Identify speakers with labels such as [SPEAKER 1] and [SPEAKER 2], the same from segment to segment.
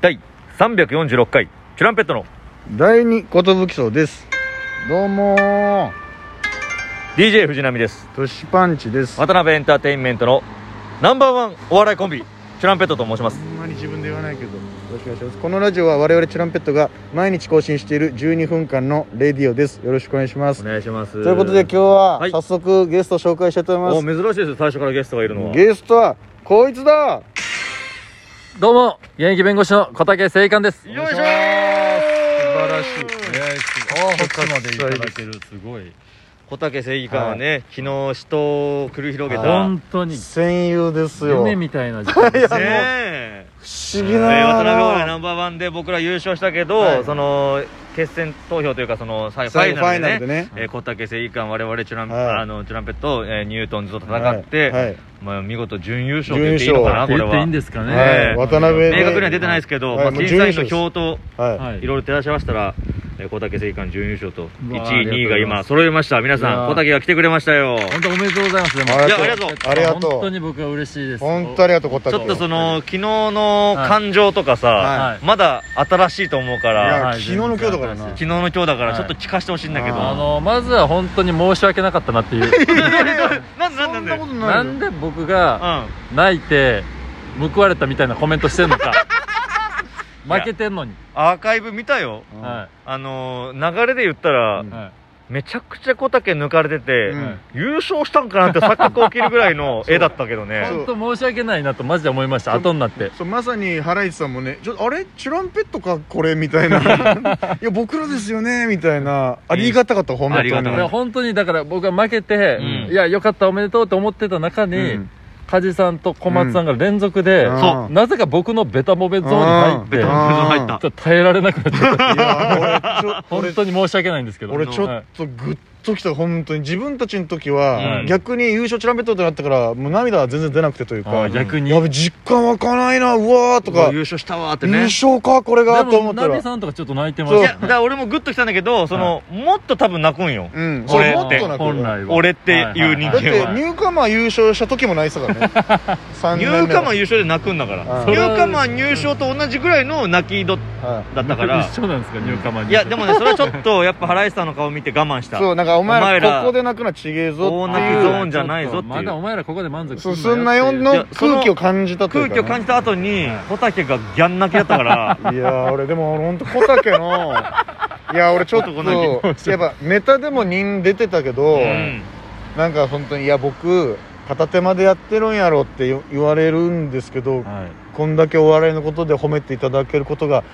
[SPEAKER 1] 第346回チュランペットの
[SPEAKER 2] 第二寿荘ですどうもー
[SPEAKER 1] DJ 藤波です
[SPEAKER 2] トシパンチです
[SPEAKER 1] 渡辺エンターテインメントのナンバーワンお笑いコンビチュランペットと申します
[SPEAKER 2] ほんまに自分で言わないけどよろしくお願いしますこのラジオは我々チュランペットが毎日更新している12分間のレディオですよろしくお願いします
[SPEAKER 1] お願いします
[SPEAKER 2] ということで今日は
[SPEAKER 1] はい
[SPEAKER 2] 早速ゲストを紹介したいと思い
[SPEAKER 1] お
[SPEAKER 2] ま
[SPEAKER 1] 珍しいですよ最初からゲストがいるのは
[SPEAKER 2] すゲストはこいつだ
[SPEAKER 3] どうも、現役弁護士の小竹誠寛です。
[SPEAKER 1] よいしょー素
[SPEAKER 2] 晴らしい
[SPEAKER 3] あこっちまでいただける、すごい。
[SPEAKER 1] 小竹正義感はね、昨日死闘を繰り広げたね
[SPEAKER 3] 本当に、
[SPEAKER 2] 戦友ですよ
[SPEAKER 3] 夢みたいな時間
[SPEAKER 2] いや
[SPEAKER 3] です
[SPEAKER 2] もう
[SPEAKER 1] え
[SPEAKER 2] 不思議
[SPEAKER 1] え
[SPEAKER 2] な
[SPEAKER 1] 渡辺お笑いナンバーワンで僕ら優勝したけど、
[SPEAKER 2] はい
[SPEAKER 1] その決戦投票というかその最後ファ
[SPEAKER 2] 最
[SPEAKER 1] イ
[SPEAKER 2] 後ファ
[SPEAKER 1] ナ
[SPEAKER 2] イ
[SPEAKER 1] ル
[SPEAKER 2] ナル
[SPEAKER 1] で
[SPEAKER 2] で
[SPEAKER 1] ね
[SPEAKER 2] ね
[SPEAKER 1] えー小竹正義感我々チュラン、
[SPEAKER 2] はい
[SPEAKER 1] あのチュランペット、えーニュートンズと戦って、
[SPEAKER 2] はいはい
[SPEAKER 1] まあ、見事準優勝と言っていいのかな
[SPEAKER 3] っ
[SPEAKER 1] こ
[SPEAKER 3] て
[SPEAKER 1] れ
[SPEAKER 3] 言っていい
[SPEAKER 1] は
[SPEAKER 3] んですかね。
[SPEAKER 2] はい渡辺
[SPEAKER 1] 明確には出てないですけど、
[SPEAKER 2] はい
[SPEAKER 1] まあ、
[SPEAKER 2] もう
[SPEAKER 1] 審
[SPEAKER 2] 準優
[SPEAKER 1] 査員
[SPEAKER 2] 勝
[SPEAKER 1] の
[SPEAKER 2] です
[SPEAKER 1] 票と
[SPEAKER 2] はい
[SPEAKER 3] はい
[SPEAKER 1] いろいろ照らし合わせたら、えー小竹正義感準優勝と
[SPEAKER 3] う
[SPEAKER 1] 1
[SPEAKER 3] わ
[SPEAKER 1] 位
[SPEAKER 3] ありがとうございます
[SPEAKER 1] 2位が今揃いました皆
[SPEAKER 3] い
[SPEAKER 1] さ
[SPEAKER 3] や
[SPEAKER 1] ん
[SPEAKER 3] ー
[SPEAKER 1] 小竹が来てくれましたよ
[SPEAKER 3] 本当おめでとうございます。でも
[SPEAKER 2] あり
[SPEAKER 1] い
[SPEAKER 2] が
[SPEAKER 1] やありがと
[SPEAKER 2] とう
[SPEAKER 1] う
[SPEAKER 2] ありがと
[SPEAKER 3] 本当
[SPEAKER 2] う
[SPEAKER 3] に僕は嬉しいです。
[SPEAKER 2] 本当ありがとうこた
[SPEAKER 1] ちょっとそ
[SPEAKER 2] の
[SPEAKER 1] の昨日の感情とかさ、
[SPEAKER 2] はい
[SPEAKER 1] まだ新しいと思うか
[SPEAKER 2] い
[SPEAKER 1] ら
[SPEAKER 2] や
[SPEAKER 3] はい
[SPEAKER 2] 昨日の今日だからな
[SPEAKER 1] 昨日の今日だから
[SPEAKER 3] はい
[SPEAKER 1] ちょっと聞かせてほしいんだけど、
[SPEAKER 2] あ
[SPEAKER 3] あの、まずは本当に申し訳なかったなっていう。
[SPEAKER 1] なんでなんでなんで
[SPEAKER 2] と
[SPEAKER 3] な
[SPEAKER 2] よ
[SPEAKER 3] んで僕が
[SPEAKER 1] う
[SPEAKER 3] 泣いて報われたみたいなコメントしてん のか。
[SPEAKER 1] や
[SPEAKER 3] 負けてんのに。
[SPEAKER 1] ん、アーカイブ見たよ
[SPEAKER 2] うん
[SPEAKER 3] は
[SPEAKER 1] あのー流れで言ったら、
[SPEAKER 2] う
[SPEAKER 3] い。
[SPEAKER 2] ん
[SPEAKER 3] はい。
[SPEAKER 1] めちゃくちゃ小竹抜かれてて、
[SPEAKER 2] うん
[SPEAKER 1] 優勝したんかなって錯覚起きるぐらいの絵だったけどね
[SPEAKER 2] そう
[SPEAKER 3] 本当申し訳ないなとマジで思いました。後になって。
[SPEAKER 2] そうまさにハライチさんもね「ちょあれチュランペットかこれ」みたいな「いや僕らですよね」みたいなありがたかった本当に
[SPEAKER 1] ありがた
[SPEAKER 3] こ
[SPEAKER 1] か
[SPEAKER 3] れ
[SPEAKER 1] っ
[SPEAKER 3] 本当にだから僕は負けて、
[SPEAKER 1] うん
[SPEAKER 3] いやよかったおめでとうと思ってた中
[SPEAKER 2] う
[SPEAKER 3] に、
[SPEAKER 2] ん
[SPEAKER 3] 梶さんと小松さんが連続で、
[SPEAKER 2] うん
[SPEAKER 1] そ
[SPEAKER 3] なぜか僕のベタモベゾーンに入って、
[SPEAKER 1] ベタ
[SPEAKER 3] ち
[SPEAKER 1] モベゾーン入っ
[SPEAKER 3] ょ
[SPEAKER 1] た
[SPEAKER 3] っと耐えられなくなっちゃった
[SPEAKER 2] いや俺ちょ
[SPEAKER 3] 本当に申し訳ないんですけど
[SPEAKER 2] 俺ちょ
[SPEAKER 3] は
[SPEAKER 2] っ
[SPEAKER 3] い
[SPEAKER 2] とグッときた本当に自分たちの時は、
[SPEAKER 1] うん
[SPEAKER 2] 逆に優勝チュランペットってなったからもう涙は全然出なくてというか、
[SPEAKER 3] あー逆に、
[SPEAKER 2] やべ実感湧かないなうわーとか
[SPEAKER 1] 優勝したわーって
[SPEAKER 2] 優
[SPEAKER 1] ね
[SPEAKER 2] 勝かこれがと
[SPEAKER 3] で
[SPEAKER 2] 思
[SPEAKER 3] も
[SPEAKER 2] った
[SPEAKER 3] ナ
[SPEAKER 2] ら
[SPEAKER 3] ビさんとかちょっと泣いてま
[SPEAKER 1] い
[SPEAKER 2] そう
[SPEAKER 3] し
[SPEAKER 1] や
[SPEAKER 3] た
[SPEAKER 1] だから俺もグッときたんだけどその、もっと多分泣くんよ、
[SPEAKER 2] うんそれ
[SPEAKER 1] 俺
[SPEAKER 2] もっとなく
[SPEAKER 3] 本来は
[SPEAKER 1] 俺っていう人
[SPEAKER 2] だっ
[SPEAKER 1] 間
[SPEAKER 2] て
[SPEAKER 1] は
[SPEAKER 2] ニューカマー優勝した時もないさだね 三
[SPEAKER 1] ニ
[SPEAKER 2] 年目
[SPEAKER 1] ューカマー優勝で泣くんだから
[SPEAKER 2] うん
[SPEAKER 1] ニューカマー入賞と同じぐらいの泣き度
[SPEAKER 2] はい
[SPEAKER 1] だったから
[SPEAKER 3] 一緒なんですか入荷間に
[SPEAKER 1] いやでもねそれはちょっとやっぱ原石さんの顔見て我慢した
[SPEAKER 2] そうなんかお前
[SPEAKER 1] お前ら
[SPEAKER 2] らここで泣くのはちげえぞ
[SPEAKER 1] こう
[SPEAKER 2] って
[SPEAKER 1] 泣
[SPEAKER 2] い
[SPEAKER 1] き
[SPEAKER 2] う
[SPEAKER 1] ゾーンじゃないぞっていう
[SPEAKER 3] まだお前らここで満足
[SPEAKER 2] そう
[SPEAKER 3] よ
[SPEAKER 2] すんなよん
[SPEAKER 1] い
[SPEAKER 2] の
[SPEAKER 1] やその
[SPEAKER 2] 空気を感じたとい
[SPEAKER 1] 空
[SPEAKER 2] うか、
[SPEAKER 1] 気を感じた後に小竹がギャン泣きだったから
[SPEAKER 2] いやー俺でも本当小竹の いや俺ちょっと
[SPEAKER 1] 男泣
[SPEAKER 2] やっぱネタでも人出てたけど、
[SPEAKER 1] うん
[SPEAKER 2] なんか本当にいや僕片手間でやってるんやろって言言われるんですけど、
[SPEAKER 3] はい
[SPEAKER 2] こんだけお笑いのことで褒めていただけることが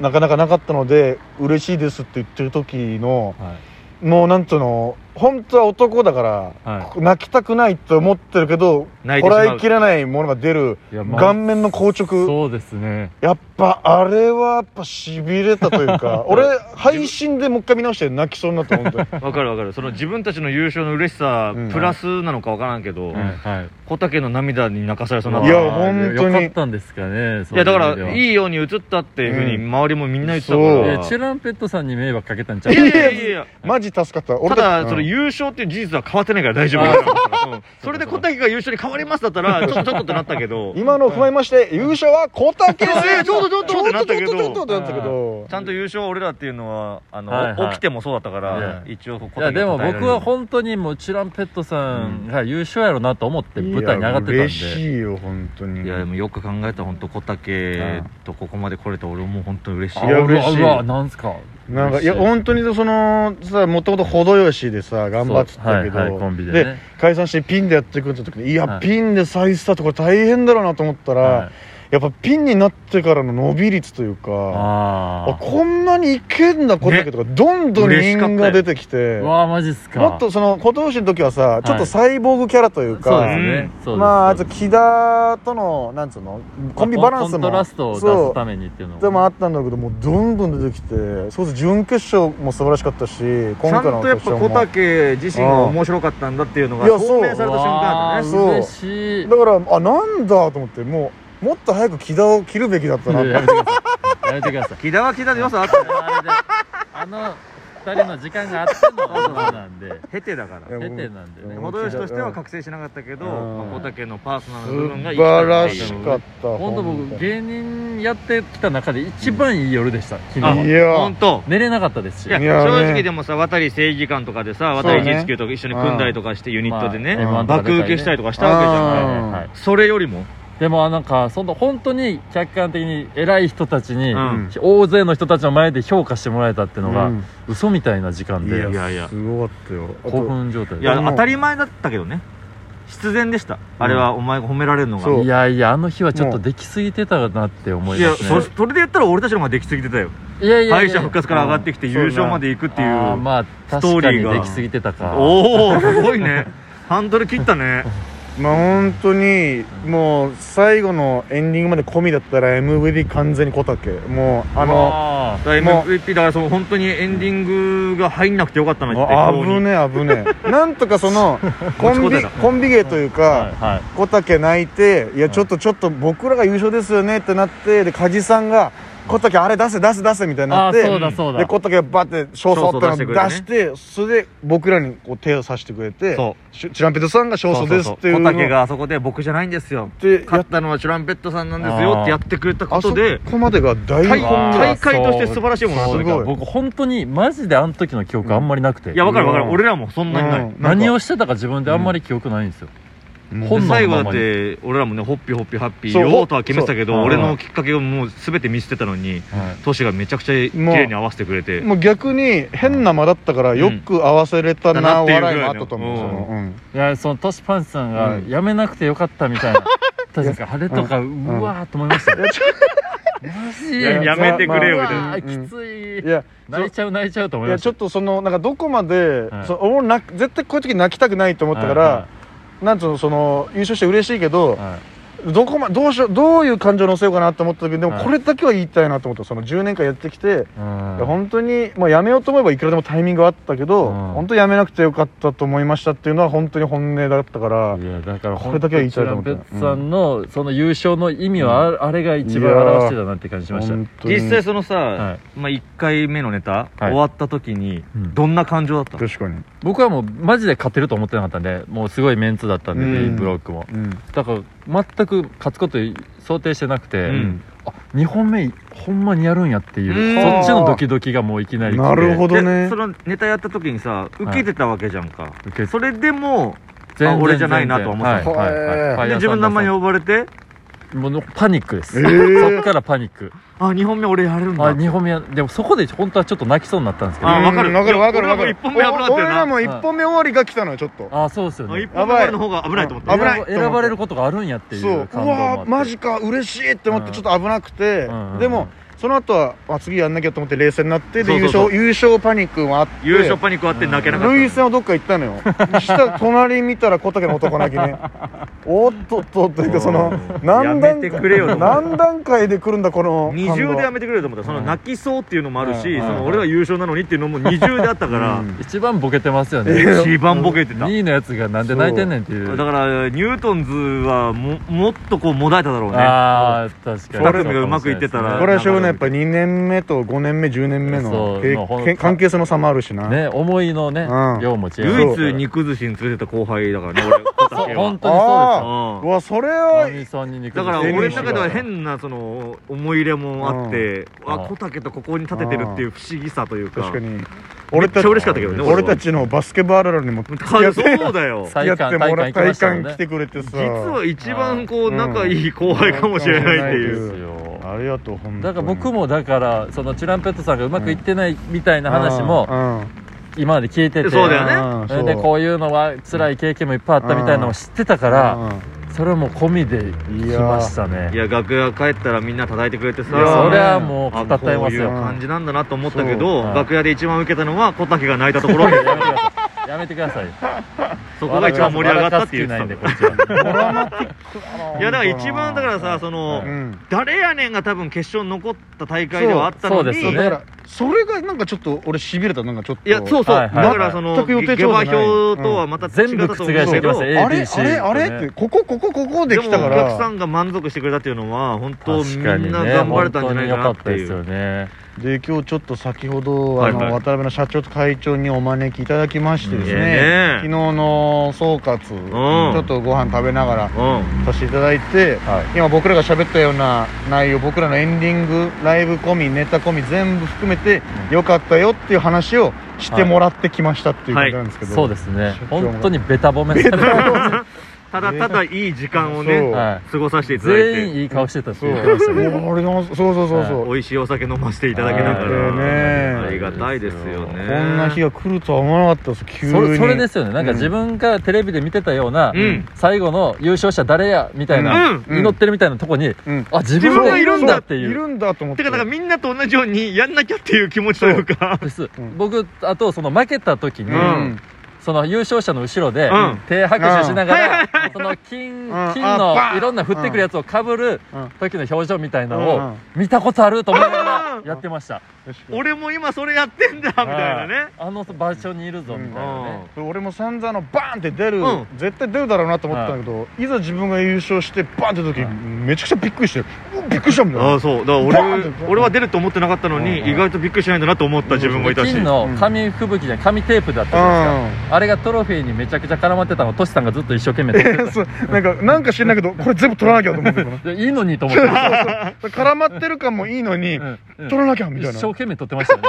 [SPEAKER 2] なかなかなかったので嬉しいですって言ってる時の
[SPEAKER 3] はい
[SPEAKER 2] もうなんとの本当は男だから、
[SPEAKER 3] は
[SPEAKER 2] 泣きたくないと思ってるけど
[SPEAKER 1] 泣いて
[SPEAKER 2] こ
[SPEAKER 1] しまう
[SPEAKER 2] らえきれないものが出る
[SPEAKER 3] いやまあ
[SPEAKER 2] 顔面の硬直
[SPEAKER 3] そうですね
[SPEAKER 2] やっぱあれはやっぱしびれたというか俺配信でもう一回見直して泣きそうになった本当に
[SPEAKER 1] わかるわかるその自分たちの優勝の嬉しさ、
[SPEAKER 2] うん
[SPEAKER 1] プラスなのかわからんけど、
[SPEAKER 3] はい
[SPEAKER 1] 小竹の涙に泣かされそうな
[SPEAKER 2] はいや
[SPEAKER 1] い
[SPEAKER 3] まあ
[SPEAKER 2] 本当に
[SPEAKER 3] よかったんですかねそう
[SPEAKER 1] やだか
[SPEAKER 3] う意味では
[SPEAKER 1] らいいように映ったっていうふうに
[SPEAKER 2] うん
[SPEAKER 1] 周りもみんな言ってたか
[SPEAKER 2] そう
[SPEAKER 3] いや
[SPEAKER 1] ら、
[SPEAKER 3] チュランペットさんに迷惑かけたんちゃ
[SPEAKER 1] いうやいやいやいや
[SPEAKER 2] マジ助かった
[SPEAKER 1] た
[SPEAKER 2] 俺
[SPEAKER 1] だ、そ
[SPEAKER 2] うん
[SPEAKER 1] の優勝っていう事実は変わってないから大丈夫だうんそれで小竹が優勝に変わりますだったらちょっとちょっとってなったけど
[SPEAKER 2] 今のを踏まえまして優勝は小竹
[SPEAKER 1] いやいやちょっとちょっとってなったけど
[SPEAKER 2] ちょっとちょっとってなったけど
[SPEAKER 1] ちゃんと優勝は俺らっていうのはあの、
[SPEAKER 3] はいはい
[SPEAKER 1] 起きてもそうだったから
[SPEAKER 3] いや
[SPEAKER 1] 一応小
[SPEAKER 3] い
[SPEAKER 1] 竹
[SPEAKER 3] や
[SPEAKER 1] が
[SPEAKER 3] でも
[SPEAKER 1] 称えられる
[SPEAKER 3] 僕は本当にもうチュランペットさんが優勝やろなと思って舞台に上がってたん
[SPEAKER 2] い
[SPEAKER 3] で
[SPEAKER 2] や嬉しいよ本当に
[SPEAKER 1] いやでもよく考えたら本当小竹とここまで来れた俺も本当に嬉しい
[SPEAKER 3] あ
[SPEAKER 2] いや
[SPEAKER 3] うわ
[SPEAKER 2] 嬉しいう
[SPEAKER 3] わなんすか
[SPEAKER 2] なんかいや
[SPEAKER 3] 嬉し
[SPEAKER 2] 本当にそのさもともと程よしでさ頑張ってたけど、
[SPEAKER 3] そうはいはいコンビでね
[SPEAKER 2] 解散してピンでやってくれた時にいや、
[SPEAKER 3] はい
[SPEAKER 2] ピンで再スタートこれ大変だろうなと思ったら、
[SPEAKER 3] はい
[SPEAKER 2] やっぱピンになってからの伸び率というか
[SPEAKER 3] あ
[SPEAKER 2] あこんなにいけんだ小竹とか、どんどん
[SPEAKER 1] 嬉しかった
[SPEAKER 2] 人
[SPEAKER 1] よ
[SPEAKER 2] が出てき
[SPEAKER 3] あ
[SPEAKER 2] て
[SPEAKER 3] うわマジっすか
[SPEAKER 2] もっとその小投手の時はさちょっ
[SPEAKER 3] は
[SPEAKER 2] と
[SPEAKER 3] い
[SPEAKER 2] サイボーグキャラというか、
[SPEAKER 3] そうですねそうです
[SPEAKER 2] まああと
[SPEAKER 3] そうです
[SPEAKER 2] 木田とのなんつうのコンビバランスも
[SPEAKER 3] コントラストを出すためにっていうの
[SPEAKER 2] そうでもあったんだけどもうどんどん出てきてそれこそ準決勝も素晴らしかったし
[SPEAKER 1] ちゃ
[SPEAKER 2] 今
[SPEAKER 1] ん
[SPEAKER 2] 回の
[SPEAKER 1] とやっ
[SPEAKER 2] 決
[SPEAKER 1] ぱ
[SPEAKER 2] 勝
[SPEAKER 1] 小
[SPEAKER 2] も
[SPEAKER 1] 竹自身が面白かったんだっていうのが
[SPEAKER 2] いやそう
[SPEAKER 1] 証明された瞬間だ
[SPEAKER 3] わ
[SPEAKER 1] ね
[SPEAKER 2] ね
[SPEAKER 3] ー嬉しい
[SPEAKER 2] だからあなんだと思ってもうもっと早く木田を切るべきだった
[SPEAKER 3] い
[SPEAKER 2] な
[SPEAKER 3] や
[SPEAKER 2] って
[SPEAKER 3] やめてくださいやめてください
[SPEAKER 1] 木田は木田で良さあったね
[SPEAKER 3] あれであの二人の時間があってのことな んで
[SPEAKER 1] 経てだから
[SPEAKER 2] いや
[SPEAKER 3] 出てなんでね
[SPEAKER 2] うん
[SPEAKER 1] 元吉としては覚醒しなかったけど
[SPEAKER 2] うん
[SPEAKER 1] まあ小竹のパーソナルな部分が
[SPEAKER 2] 素晴らし
[SPEAKER 1] い
[SPEAKER 2] かった
[SPEAKER 3] 本当
[SPEAKER 2] に
[SPEAKER 3] 僕芸人やってきた中で一番いい夜でした昨日
[SPEAKER 1] あ
[SPEAKER 3] はい
[SPEAKER 2] や
[SPEAKER 1] 本当
[SPEAKER 3] 寝れなかったですし
[SPEAKER 1] いや
[SPEAKER 2] いやね
[SPEAKER 1] 正直でもさ渡り正義感とかでさ
[SPEAKER 2] そうね
[SPEAKER 1] 渡り GHQ と一緒に組んだりとかしてユニットでね
[SPEAKER 2] まあ M1
[SPEAKER 3] とか出た
[SPEAKER 1] 爆
[SPEAKER 3] りね
[SPEAKER 1] 受けしたりとかしたわけじゃん
[SPEAKER 2] あ
[SPEAKER 3] はいはい
[SPEAKER 1] それよりも
[SPEAKER 3] でもなんかその本当に客観的に偉い人たちに、
[SPEAKER 1] うん
[SPEAKER 3] 大勢の人たちの前で評価してもらえたっていうのが、
[SPEAKER 2] うん
[SPEAKER 3] 嘘みたいな時間
[SPEAKER 1] いや
[SPEAKER 3] で
[SPEAKER 1] いやいや
[SPEAKER 2] すごかったよあと
[SPEAKER 3] 興奮状態
[SPEAKER 1] い
[SPEAKER 3] で
[SPEAKER 1] や
[SPEAKER 2] でも
[SPEAKER 1] 当たり前だったけどね必然でしたあれはお前が褒められるの
[SPEAKER 2] そ
[SPEAKER 1] が
[SPEAKER 2] う
[SPEAKER 3] いやいやあの日はちょっとできすぎてたなって思い
[SPEAKER 1] いや
[SPEAKER 3] ます
[SPEAKER 1] そ
[SPEAKER 3] ね
[SPEAKER 1] それで言ったら俺たちの方ができすぎてたよ
[SPEAKER 3] いやい
[SPEAKER 1] 敗者復活から上がってきて
[SPEAKER 2] うん
[SPEAKER 1] 優勝まで行くってい
[SPEAKER 3] あー
[SPEAKER 1] う
[SPEAKER 3] まあ
[SPEAKER 1] ストー
[SPEAKER 3] 確か
[SPEAKER 1] リー
[SPEAKER 3] に
[SPEAKER 1] が
[SPEAKER 3] できすぎてたか
[SPEAKER 1] おおすごいねハンドル切ったね
[SPEAKER 2] まあ本当にもう最後のエンディングまで込みだったら MVP 完全に小竹もうあの
[SPEAKER 3] の
[SPEAKER 1] だから MVP だからその本当にエンディングが入んなくてよかったなって
[SPEAKER 2] あ
[SPEAKER 1] 今日
[SPEAKER 2] 危
[SPEAKER 1] に
[SPEAKER 2] ねえ危ね えなんとかそのコン
[SPEAKER 1] 持ちこたえ
[SPEAKER 2] ビ
[SPEAKER 1] た
[SPEAKER 2] コンビ芸という
[SPEAKER 3] はい
[SPEAKER 2] か
[SPEAKER 3] はい
[SPEAKER 2] 小竹泣いていやちょっとちょっと僕らが優勝ですよねってなってで梶さんが小竹あれ出せ出せ出せみたいにな
[SPEAKER 3] あ
[SPEAKER 2] っ
[SPEAKER 3] ー
[SPEAKER 2] て
[SPEAKER 3] そうだそう
[SPEAKER 2] で
[SPEAKER 3] だ
[SPEAKER 2] 小竹がバッて少々ってのを出してそれで僕らにこう手を差してくれて
[SPEAKER 1] そう
[SPEAKER 2] しチュランペットさんが少
[SPEAKER 1] そうそ
[SPEAKER 2] 々で
[SPEAKER 1] う
[SPEAKER 2] す
[SPEAKER 1] そう
[SPEAKER 2] っていう
[SPEAKER 1] 小
[SPEAKER 2] のを
[SPEAKER 1] 竹があそこで僕じゃないんですよ
[SPEAKER 2] でや
[SPEAKER 1] 勝
[SPEAKER 2] っ
[SPEAKER 1] ったのはチュランペットさんなんですよってやってくれたこ
[SPEAKER 2] あそ
[SPEAKER 1] とで
[SPEAKER 2] こまでが大
[SPEAKER 1] 大
[SPEAKER 2] 根
[SPEAKER 3] あー
[SPEAKER 1] 大会として素晴らしいもの
[SPEAKER 2] そう
[SPEAKER 1] な
[SPEAKER 2] す
[SPEAKER 1] んだ
[SPEAKER 2] ごい
[SPEAKER 3] 僕本当にマジであの時の記憶あんまりなくて、
[SPEAKER 1] いやわかるわかる
[SPEAKER 2] うん
[SPEAKER 1] 俺らもそんなにない、
[SPEAKER 3] 何を
[SPEAKER 2] し
[SPEAKER 3] してたか自分であんまり記憶ないんですよ、
[SPEAKER 1] で
[SPEAKER 3] 本能
[SPEAKER 1] 最
[SPEAKER 3] の
[SPEAKER 1] 後だ
[SPEAKER 3] ま
[SPEAKER 1] っ
[SPEAKER 3] まに
[SPEAKER 1] て俺らもねホッピーホッピーハッピー
[SPEAKER 2] そう
[SPEAKER 1] 両方とは決めてたけ
[SPEAKER 3] そ
[SPEAKER 1] ど
[SPEAKER 3] う
[SPEAKER 1] 俺のきっかけをもう全て見捨てたのに
[SPEAKER 3] はい
[SPEAKER 1] トシがめちゃくちゃ綺麗に合わせてくれて
[SPEAKER 2] もう逆に変な間だったからよく合わせれたな、
[SPEAKER 1] うん
[SPEAKER 2] 笑いがあったと思う、
[SPEAKER 1] だなっていうぐらいの
[SPEAKER 2] そのうん
[SPEAKER 3] いやそのトシパンチさんが
[SPEAKER 2] うん
[SPEAKER 3] やめなくてよかったみたいな、確かあれとか、うんわーと思いま した、ね、マジ
[SPEAKER 1] いややめてくれよみたいな
[SPEAKER 3] うわー
[SPEAKER 2] うん
[SPEAKER 3] きつい、
[SPEAKER 2] いや
[SPEAKER 3] 泣いちゃう泣いちゃうと思
[SPEAKER 2] い
[SPEAKER 3] い
[SPEAKER 2] や
[SPEAKER 3] まし
[SPEAKER 2] ちょ
[SPEAKER 3] た
[SPEAKER 2] っとそのなんかどこまで、
[SPEAKER 3] はい
[SPEAKER 2] そ俺もな絶対こういう時泣きたくないと思ったから、
[SPEAKER 3] は
[SPEAKER 2] なんつうのその優勝して嬉しいけど
[SPEAKER 3] い、はいはい
[SPEAKER 2] どこまどうしようどういう感情乗せようかなと思った時にでも
[SPEAKER 3] はい
[SPEAKER 2] これだけは言いたいなと思ったその10年間やってきて、
[SPEAKER 3] うん
[SPEAKER 2] いや本当に、まあ、やめようと思えばいくらでもタイミングはあったけど、
[SPEAKER 3] うん
[SPEAKER 2] 本当やめなくてよかったと思いましたっていうのは本当に本音だったから、
[SPEAKER 3] いやだから
[SPEAKER 2] これだけは言いたいと思
[SPEAKER 3] 本
[SPEAKER 2] っ
[SPEAKER 3] 当
[SPEAKER 2] た
[SPEAKER 3] にチュランペットさんのその優勝の意味はあ,、あれが一番表してたなって感じしました、
[SPEAKER 2] 本当に
[SPEAKER 1] 実際そのさ、
[SPEAKER 3] はい
[SPEAKER 1] まあ、1回目のネタ、
[SPEAKER 3] い
[SPEAKER 1] 終わった時に
[SPEAKER 3] うん
[SPEAKER 1] どんな感情だった、
[SPEAKER 2] 確かに、
[SPEAKER 3] 僕はもうマジで勝てると思ってなかったんでもうすごいメンツだったんで、
[SPEAKER 2] うん
[SPEAKER 3] レインブロックも
[SPEAKER 2] うん
[SPEAKER 3] だから全く勝つこと想定してなくて、
[SPEAKER 1] うん
[SPEAKER 3] あ2本目ほんまにやるんやっていう、
[SPEAKER 1] うん
[SPEAKER 3] そっちのドキドキがもういきなり来て
[SPEAKER 2] なるほど
[SPEAKER 1] で
[SPEAKER 2] ね
[SPEAKER 1] そのネタやった時にさ受けてたわけじゃんか、
[SPEAKER 3] 受け
[SPEAKER 1] それでも
[SPEAKER 3] 全然
[SPEAKER 1] あ俺じゃないなとは思って
[SPEAKER 2] た
[SPEAKER 3] はいはいはい
[SPEAKER 2] へー
[SPEAKER 3] は
[SPEAKER 1] で
[SPEAKER 3] い
[SPEAKER 1] 自分の名前呼ばれて
[SPEAKER 3] もうパニックです、
[SPEAKER 2] えー
[SPEAKER 3] そっからパニック
[SPEAKER 1] あ2本目俺やれるん
[SPEAKER 3] あ
[SPEAKER 1] だ
[SPEAKER 3] 2本目やでもそこで本当はちょっと泣きそうになったんですけど
[SPEAKER 1] あ
[SPEAKER 3] あ
[SPEAKER 1] わかる
[SPEAKER 2] うんわかるわかるわか
[SPEAKER 1] い
[SPEAKER 2] る
[SPEAKER 1] や俺らも一本目危なかったよな
[SPEAKER 2] お俺らも一本目終わりが来たのよちょっと
[SPEAKER 3] あそうですよ
[SPEAKER 1] あ
[SPEAKER 3] ね
[SPEAKER 1] 一本目までの方が危ないと思っ
[SPEAKER 2] 危
[SPEAKER 1] た
[SPEAKER 2] ない
[SPEAKER 3] 選ば選ばれることがあるんやってい
[SPEAKER 2] そう
[SPEAKER 3] う
[SPEAKER 2] う
[SPEAKER 3] 感動もあって
[SPEAKER 2] わマジか嬉しいって思っ
[SPEAKER 3] う
[SPEAKER 2] て
[SPEAKER 3] ん
[SPEAKER 2] ちょっと危なくて、
[SPEAKER 3] うんうん
[SPEAKER 2] でもその後はあ次やんなきゃと思って冷静になってで
[SPEAKER 1] そうそうそう
[SPEAKER 2] 優勝優勝パニックもあって
[SPEAKER 1] 優勝パニックあって泣けなかった、
[SPEAKER 2] 類線をどっか行ったのよ下隣見たら小竹の男泣きねおっとっとっていうかその
[SPEAKER 1] おー
[SPEAKER 2] 何
[SPEAKER 1] や
[SPEAKER 2] 段
[SPEAKER 1] めてくれよと思った
[SPEAKER 2] 何段階で来るんだこの
[SPEAKER 1] 二重でや
[SPEAKER 2] め
[SPEAKER 1] めてくれると思ったその
[SPEAKER 3] うん
[SPEAKER 1] 泣きそうっていうのもあるし、
[SPEAKER 3] うん
[SPEAKER 1] その俺は優勝なのにっていうのも二重であったから、
[SPEAKER 2] うん
[SPEAKER 3] 一番ボケてますよね
[SPEAKER 1] 一番ボケてた
[SPEAKER 3] 2位のやつがなんで泣いてんねんっていう
[SPEAKER 1] だからニュートンズはももっとこうもだえただろうね
[SPEAKER 3] ああ確かに
[SPEAKER 1] 二組がうまくいってたら
[SPEAKER 2] これはしょうがないやっぱ2年目と5年目10年目
[SPEAKER 3] そ
[SPEAKER 2] の
[SPEAKER 3] う
[SPEAKER 2] け
[SPEAKER 3] もうほん
[SPEAKER 2] け関係性の差もあるしな、
[SPEAKER 3] ね思いのね、
[SPEAKER 2] うん
[SPEAKER 3] 量も違う
[SPEAKER 1] 唯一肉寿司に連れてた後輩だからね俺小竹は
[SPEAKER 3] 本当にそう
[SPEAKER 2] う
[SPEAKER 1] う
[SPEAKER 2] わそれ
[SPEAKER 3] です
[SPEAKER 2] は
[SPEAKER 3] よかみさんに肉
[SPEAKER 1] んだから
[SPEAKER 2] 全然
[SPEAKER 1] 俺の中では
[SPEAKER 2] 違
[SPEAKER 1] 変なその思い入れもあって、
[SPEAKER 3] うん
[SPEAKER 1] あ小竹とここに立ててるっていう不思議さというか
[SPEAKER 2] 確かに
[SPEAKER 1] めっちゃ嬉しかったけどね
[SPEAKER 2] 俺
[SPEAKER 1] 俺は
[SPEAKER 2] たちのバスケバーラル にも付き合
[SPEAKER 1] た
[SPEAKER 2] って
[SPEAKER 1] そうだよ
[SPEAKER 3] 最
[SPEAKER 2] やってもらった
[SPEAKER 3] 体感行きま
[SPEAKER 2] 体
[SPEAKER 3] したもん
[SPEAKER 2] 感
[SPEAKER 3] ね
[SPEAKER 2] 来てくれてさ
[SPEAKER 1] 実は一番こう
[SPEAKER 2] うん
[SPEAKER 1] 仲いい後輩かもしれないっていう、
[SPEAKER 3] そうですよ
[SPEAKER 2] ありがとう本当に
[SPEAKER 3] だから僕もだからそのチュランペットさんがうまくいってないみたいな話も今まで聞いてて
[SPEAKER 1] そうだよね
[SPEAKER 3] うんでこういうのは辛い経験もいっぱいあったみたいなのを知ってた
[SPEAKER 2] か
[SPEAKER 3] か
[SPEAKER 2] ら
[SPEAKER 3] それも込みで来ましたね
[SPEAKER 1] いや楽屋帰ったらみんな叩いてくれてさ
[SPEAKER 3] いやそ
[SPEAKER 2] れ
[SPEAKER 3] り
[SPEAKER 2] は
[SPEAKER 3] ゃもう
[SPEAKER 1] あ
[SPEAKER 3] 語って
[SPEAKER 1] こ
[SPEAKER 3] ま
[SPEAKER 1] う
[SPEAKER 3] す
[SPEAKER 1] いう
[SPEAKER 3] よ
[SPEAKER 1] 感じなんだなと思ったけ
[SPEAKER 2] そ
[SPEAKER 1] ど、
[SPEAKER 3] うはい
[SPEAKER 1] 楽屋で一番受けたのは小竹が泣いたところで
[SPEAKER 3] やめてくださいやめてください
[SPEAKER 1] そこが一番盛り上がったって言ってた
[SPEAKER 3] 笑
[SPEAKER 1] ん
[SPEAKER 3] か
[SPEAKER 1] だ
[SPEAKER 3] す気ないんでこっちは
[SPEAKER 1] いやだから一番だからさその、
[SPEAKER 2] うん
[SPEAKER 1] 誰やねんが多分決勝に残った大会ではあったのに
[SPEAKER 3] そうそうですよ
[SPEAKER 2] だ
[SPEAKER 3] ね
[SPEAKER 2] からそれがなんかちょっと俺しびれたなんかちょっと
[SPEAKER 1] いやそうそう、
[SPEAKER 3] はいはい
[SPEAKER 1] だからその
[SPEAKER 2] 全く予定
[SPEAKER 1] 下
[SPEAKER 2] 調
[SPEAKER 1] 馬
[SPEAKER 2] 和じゃない
[SPEAKER 1] 評とはまた違ったと思うけ
[SPEAKER 3] 全部覆して
[SPEAKER 1] ど、
[SPEAKER 3] きました
[SPEAKER 2] あれ
[SPEAKER 3] ABC
[SPEAKER 2] あれあ
[SPEAKER 3] と
[SPEAKER 2] れ
[SPEAKER 3] ね
[SPEAKER 2] ってここここここで
[SPEAKER 1] でも
[SPEAKER 2] 来
[SPEAKER 1] お
[SPEAKER 2] たから
[SPEAKER 1] 客さんが満足してくれたっていうのは本当み
[SPEAKER 3] 確かにね
[SPEAKER 1] んな頑張れたんじゃないかなって
[SPEAKER 3] 本当に
[SPEAKER 1] い
[SPEAKER 3] 良
[SPEAKER 1] う、
[SPEAKER 3] かったですよね
[SPEAKER 2] で今日ちょっと先ほどあの、
[SPEAKER 1] はいはい
[SPEAKER 2] 渡辺の社長と会長にお招きいただきましてですね,、
[SPEAKER 1] いいね
[SPEAKER 2] 昨日の総括ちょっとご飯食べながら
[SPEAKER 1] うん
[SPEAKER 2] させていただいて、
[SPEAKER 3] はい
[SPEAKER 2] 今僕らが喋ったような内容僕らのエンディングライブ込みネタ込み全部含めて良かったよっていう話をしてもらってきましたっていうことなんですけど、
[SPEAKER 3] そうですね
[SPEAKER 2] 社長も
[SPEAKER 3] 本当にベタ褒めされた
[SPEAKER 1] ただただいい時間を
[SPEAKER 2] そう
[SPEAKER 1] ね
[SPEAKER 3] は
[SPEAKER 1] 過ごさせていただいて
[SPEAKER 3] 全員いい顔してたって
[SPEAKER 2] そう
[SPEAKER 3] 言ってましたね
[SPEAKER 2] もう俺のそうそうそうそう、
[SPEAKER 1] 美味しいお酒飲ませていただきなが
[SPEAKER 2] あーね
[SPEAKER 1] らありがたいですよね
[SPEAKER 2] こんな日が来るとは思わなかったです急に
[SPEAKER 3] それそれですよねなん
[SPEAKER 2] う
[SPEAKER 3] か
[SPEAKER 2] ん
[SPEAKER 3] 自分がテレビで見てたような、
[SPEAKER 1] うん
[SPEAKER 3] 最後の優勝者誰やみたいな、
[SPEAKER 1] うん
[SPEAKER 2] うん
[SPEAKER 3] 祈ってるみたいなとこ
[SPEAKER 2] う
[SPEAKER 3] に、
[SPEAKER 2] ん
[SPEAKER 3] あ自分がいるんだって
[SPEAKER 2] そ
[SPEAKER 3] いう
[SPEAKER 2] るんだと思って
[SPEAKER 1] てかだからみんなと同じようにやんなきゃっていう気持ちというか
[SPEAKER 3] です
[SPEAKER 2] ん
[SPEAKER 3] 僕あとその負けた時に、
[SPEAKER 1] うん
[SPEAKER 3] その優勝者の後ろで、
[SPEAKER 1] うん
[SPEAKER 3] 手拍手しなが
[SPEAKER 1] うんはい
[SPEAKER 3] ら、その金
[SPEAKER 2] ん
[SPEAKER 3] 金
[SPEAKER 2] あバー
[SPEAKER 3] の
[SPEAKER 2] ン
[SPEAKER 3] いろんな振ってくるやつをかぶる
[SPEAKER 2] うん
[SPEAKER 3] 時の表情みたいな
[SPEAKER 2] う
[SPEAKER 3] のを
[SPEAKER 2] ん
[SPEAKER 3] 見たことあると思いながら
[SPEAKER 1] うん
[SPEAKER 3] やってました、
[SPEAKER 1] 俺も今それやってんだみたいなね
[SPEAKER 3] あの場所にいるぞみたいなね、
[SPEAKER 2] 俺俺も散々のバーンって出
[SPEAKER 1] う
[SPEAKER 2] る、
[SPEAKER 1] ん
[SPEAKER 2] 絶対出るだろうなと思ってたんだけど、い、ざ自分が優勝してバーンって出た時、
[SPEAKER 3] はい
[SPEAKER 2] めちゃくちゃびっくりしてうわびっくりしたみたい
[SPEAKER 1] あ
[SPEAKER 2] な
[SPEAKER 1] あそうだから
[SPEAKER 2] バー
[SPEAKER 1] 俺
[SPEAKER 2] ンって
[SPEAKER 1] 俺は出ると思ってなかったの
[SPEAKER 2] うん
[SPEAKER 1] に意外とびっくりしないんだなと思った自分もいたし
[SPEAKER 3] 金の紙吹雪じゃない紙テープだったじゃないですか、あれがトロフィーにめちゃくちゃ絡まってたのトシさんがずっと一生懸命取って
[SPEAKER 2] うんそうなんかなんか知らないけどこれ全部取らなきゃと思ってたの
[SPEAKER 3] たいやいいのにと思って、
[SPEAKER 2] 絡まってる感もいいのに、
[SPEAKER 3] うんうん
[SPEAKER 2] 取らなきゃみたい
[SPEAKER 3] 一
[SPEAKER 2] な
[SPEAKER 3] 生懸命取ってましたよね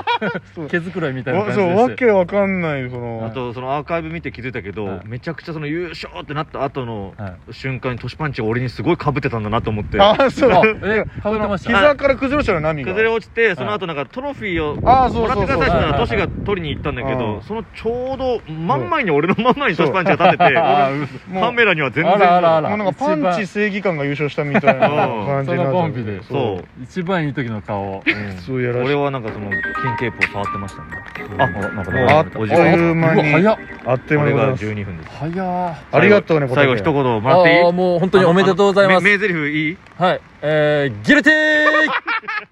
[SPEAKER 2] そう
[SPEAKER 3] 毛づくろいみたいな
[SPEAKER 2] わ
[SPEAKER 3] 感
[SPEAKER 2] そ
[SPEAKER 3] じ
[SPEAKER 2] うわ
[SPEAKER 3] で
[SPEAKER 2] けわかんないそ
[SPEAKER 1] あ
[SPEAKER 2] の
[SPEAKER 1] とそのアーカイブ見て気づいたけど
[SPEAKER 3] はい
[SPEAKER 1] めちゃくちゃその優勝ってなった後の
[SPEAKER 3] は
[SPEAKER 1] 瞬間にトシパンチが俺にすごい被ってたんだなと思って
[SPEAKER 2] あそう
[SPEAKER 3] あえ被ってました
[SPEAKER 2] 膝から崩れちゃうの波 が
[SPEAKER 1] 崩れ落ちてその後なんかトロフィーを
[SPEAKER 2] あーそ
[SPEAKER 1] も
[SPEAKER 2] う
[SPEAKER 1] らってくださいって言ったら
[SPEAKER 3] そう
[SPEAKER 1] ト
[SPEAKER 3] そ
[SPEAKER 1] シ
[SPEAKER 3] う
[SPEAKER 1] が取りに行ったんだけ
[SPEAKER 2] うん
[SPEAKER 1] どそのちょうど真ん前に俺の真ん前にトシパンチが立ってて
[SPEAKER 3] あー
[SPEAKER 2] もう
[SPEAKER 1] カメラには全然
[SPEAKER 3] あらあらあら
[SPEAKER 2] もうなんかパンチ正義感が優勝したみたいな感じ
[SPEAKER 3] そ
[SPEAKER 2] にな
[SPEAKER 3] の
[SPEAKER 2] っ
[SPEAKER 3] コ
[SPEAKER 2] た
[SPEAKER 3] ンビで
[SPEAKER 1] そう
[SPEAKER 3] 一番いい時の顔
[SPEAKER 2] そうやらし
[SPEAKER 1] 俺
[SPEAKER 2] い
[SPEAKER 1] はなんかその金テープを触ってましたね
[SPEAKER 3] あ
[SPEAKER 1] あ
[SPEAKER 3] なんか
[SPEAKER 1] もうお時間
[SPEAKER 2] あいう間に
[SPEAKER 3] うわ早っ
[SPEAKER 2] あっという
[SPEAKER 1] これ
[SPEAKER 2] 間でござい
[SPEAKER 1] が
[SPEAKER 2] ます
[SPEAKER 1] 12分です
[SPEAKER 3] 早ー
[SPEAKER 2] ありがとうね
[SPEAKER 1] 最後
[SPEAKER 2] ポ
[SPEAKER 1] 一
[SPEAKER 2] テト
[SPEAKER 1] 言もらっていい
[SPEAKER 3] あーもう本当におめでとうございま
[SPEAKER 1] あの
[SPEAKER 3] す
[SPEAKER 1] め名台詞いい
[SPEAKER 3] はいえーギルティー